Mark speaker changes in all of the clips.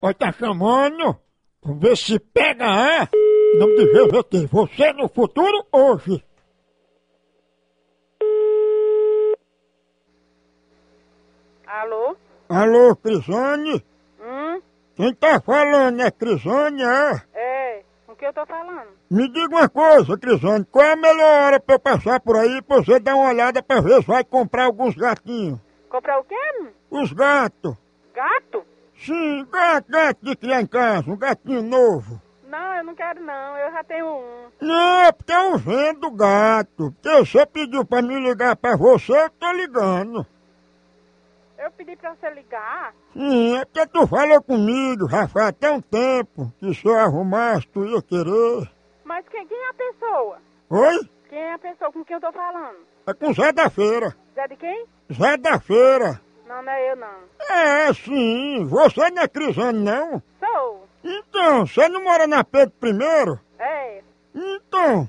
Speaker 1: Ó, tá chamando? Vamos ver se pega é. Em nome de Jesus tem assim. você no futuro hoje.
Speaker 2: Alô?
Speaker 1: Alô, Crisane?
Speaker 2: Hum?
Speaker 1: Quem tá falando é Crisane, é?
Speaker 2: É, com que eu tô falando?
Speaker 1: Me diga uma coisa, Crisane, qual é a melhor hora pra eu passar por aí pra você dar uma olhada pra ver se vai comprar alguns gatinhos?
Speaker 2: Comprar o quê? hum?
Speaker 1: Os gatos.
Speaker 2: Gato?
Speaker 1: Sim, gato, gato de criar em casa, um gatinho novo.
Speaker 2: Não, eu não quero não, eu já tenho um.
Speaker 1: Não, é porque eu vendo gato. Porque você pediu pra me ligar pra você, eu tô ligando.
Speaker 2: Eu pedi pra você ligar.
Speaker 1: Sim, é porque tu falou comigo já faz até um tempo que se eu arrumasse tu ia querer.
Speaker 2: Mas quem, quem é a pessoa?
Speaker 1: Oi?
Speaker 2: Quem é a pessoa com quem eu tô falando?
Speaker 1: É com Zé da Feira.
Speaker 2: Zé de quem?
Speaker 1: Zé da Feira.
Speaker 2: Não, não é eu não.
Speaker 1: É, sim. Você não é Crisane, não?
Speaker 2: Sou.
Speaker 1: Então, você não mora na Pedro primeiro?
Speaker 2: É.
Speaker 1: Então.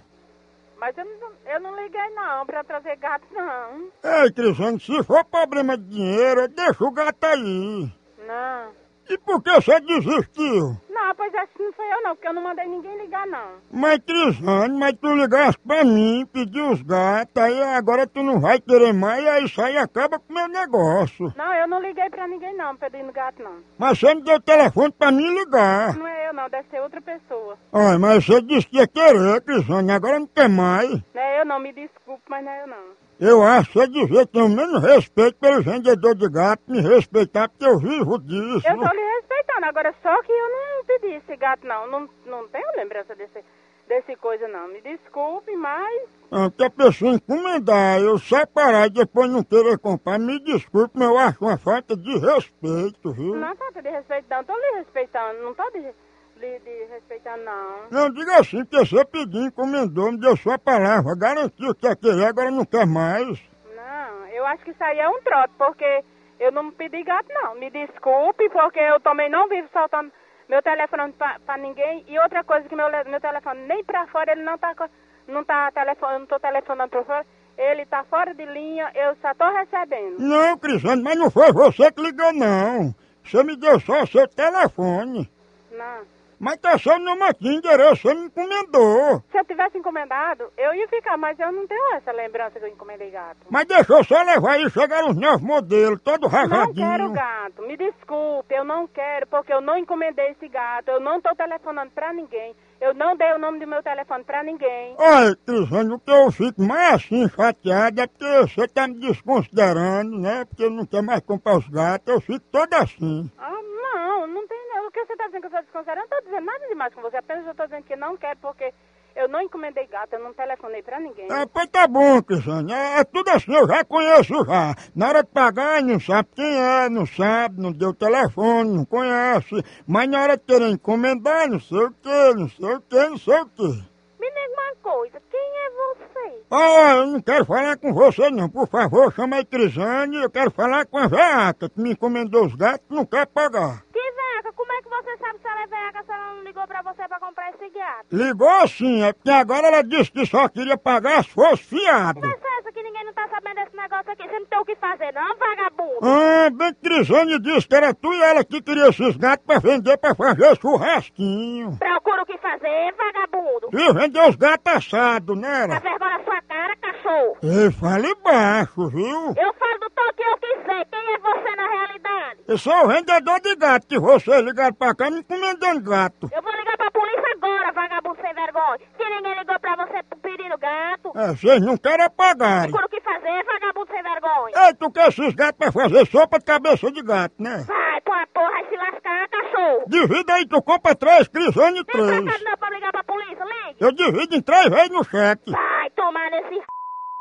Speaker 2: Mas eu não, eu não liguei não pra trazer gato não.
Speaker 1: Ei, Crisane, se for problema de dinheiro, deixa o gato aí.
Speaker 2: Não.
Speaker 1: E por que você desistiu?
Speaker 2: Não, pois acho que não foi eu não, porque eu não mandei ninguém ligar não.
Speaker 1: Mas, Crisane, mas tu ligasse pra mim, pediu os gatos, aí agora tu não vai querer mais, aí isso aí acaba com o meu negócio.
Speaker 2: Não, eu não liguei pra ninguém não, pedindo gato não.
Speaker 1: Mas você não deu telefone pra mim ligar.
Speaker 2: Não é eu não, deve ser outra pessoa.
Speaker 1: Ai, mas você disse que ia querer, Crisane, agora não quer mais.
Speaker 2: Não é eu não, me desculpe, mas não é eu não.
Speaker 1: Eu acho que você devia ter o menos respeito pelo vendedor de gato, me respeitar, porque eu vivo disso.
Speaker 2: Eu tô lhe respeitando, agora só que eu não pedi esse gato, não. Não, não tenho lembrança desse, desse coisa, não. Me desculpe, mas.
Speaker 1: Ah, que a pessoa encomendar, eu separar e depois não querer comprar, me desculpe, mas eu acho uma falta de respeito, viu?
Speaker 2: Não falta de respeito, não. Tô lhe respeitando, não tô de, lhe de respeitando, não.
Speaker 1: Não diga assim, porque você pediu, encomendou, me deu sua palavra, garantiu que ia querer, agora não quer mais.
Speaker 2: Não, eu acho que isso aí é um trote, porque eu não pedi gato, não. Me desculpe, porque eu também não vivo soltando meu telefone pra, pra ninguém. E outra coisa que meu, le- meu telefone nem pra fora, ele não tá, co- não tá telefonando, não tô telefonando pra fora. Ele tá fora de linha, eu só tô recebendo.
Speaker 1: Não, Crisane, mas não foi você que ligou, não. Você me deu só seu telefone.
Speaker 2: Não.
Speaker 1: Mas tá seu número aqui, endereço, você me encomendou.
Speaker 2: Se eu tivesse encomendado, eu ia ficar, mas eu não tenho essa lembrança que eu encomendei gato.
Speaker 1: Mas deixa eu só levar aí, chegaram os novos modelos, todo
Speaker 2: Não
Speaker 1: rajadinho.
Speaker 2: quero gato, me desculpe, eu não quero, porque eu não encomendei esse gato, eu não tô telefonando pra ninguém, eu não dei o nome do meu telefone pra ninguém.
Speaker 1: Olha, Crisane, o que eu fico mais assim chateado é porque você tá me desconsiderando, né? Porque não quer mais comprar os gatos, eu fico toda assim.
Speaker 2: Ah, não, não tem não. O que você tá dizendo que eu sou desconsiderada? Eu não tô dizendo nada demais com você, apenas eu tô dizendo que não quero, porque eu não encomendei gato, eu não telefonei pra ninguém.
Speaker 1: Ah, pois tá bom, Crisane, é, é tudo assim, eu já conheço já. Na hora de pagar, não sabe quem é, não sabe, não deu telefone, não conhece. Mas na hora de querer encomendar, não sei o quê, não sei o quê, não sei o quê.
Speaker 2: Me diga uma coisa, quem é você?
Speaker 1: Ah, eu não quero falar com você não, por favor, chama aí Crisane, eu quero falar com a veaca que me encomendou os gatos, não quer pagar.
Speaker 2: Que veca? Como é que você sabe se ela é veca se ela não ligou pra você pra comprar esse gato?
Speaker 1: Ligou sim, é porque agora ela disse que só queria pagar se fosse fiado.
Speaker 2: Confessa que ninguém não tá sabendo desse negócio aqui. Você não tem o que fazer, não, vagabundo?
Speaker 1: Ah, bem que Crisane disse que era tu e ela que queria esses gatos pra vender pra fazer churrasquinho.
Speaker 2: Procura o que fazer, vagabundo.
Speaker 1: E vender os gatos assados, né?
Speaker 2: Tá
Speaker 1: ela?
Speaker 2: vergonha na sua cara, cachorro.
Speaker 1: Ei, fale baixo, viu?
Speaker 2: Eu falo do tom que eu quiser. Quem é você na realidade?
Speaker 1: Eu sou o vendedor de gato que vocês ligaram pra cá me encomendando gato.
Speaker 2: Eu vou ligar pra polícia agora, vagabundo sem vergonha. Se ninguém ligou pra você pedindo gato,
Speaker 1: É, vocês não querem pagar.
Speaker 2: procura o que fazer, vagabundo sem vergonha.
Speaker 1: Ei, tu quer esses gatos pra fazer sopa de cabeça de gato, né?
Speaker 2: Vai, pô, porra, se lascar, cachorro.
Speaker 1: Divida aí, tu compra três, Crisane
Speaker 2: Vem pra cá
Speaker 1: três.
Speaker 2: de novo pra ligar pra polícia, ligue.
Speaker 1: Eu divido em três vezes no cheque.
Speaker 2: Vai tomar nesse... r****.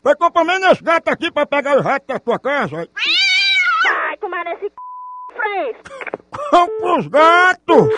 Speaker 1: Foi comprar menos esse gato aqui pra pegar o rato da tua casa. ó.
Speaker 2: Vai tomar nesse... c****, Fresco.
Speaker 1: Compra os gatos!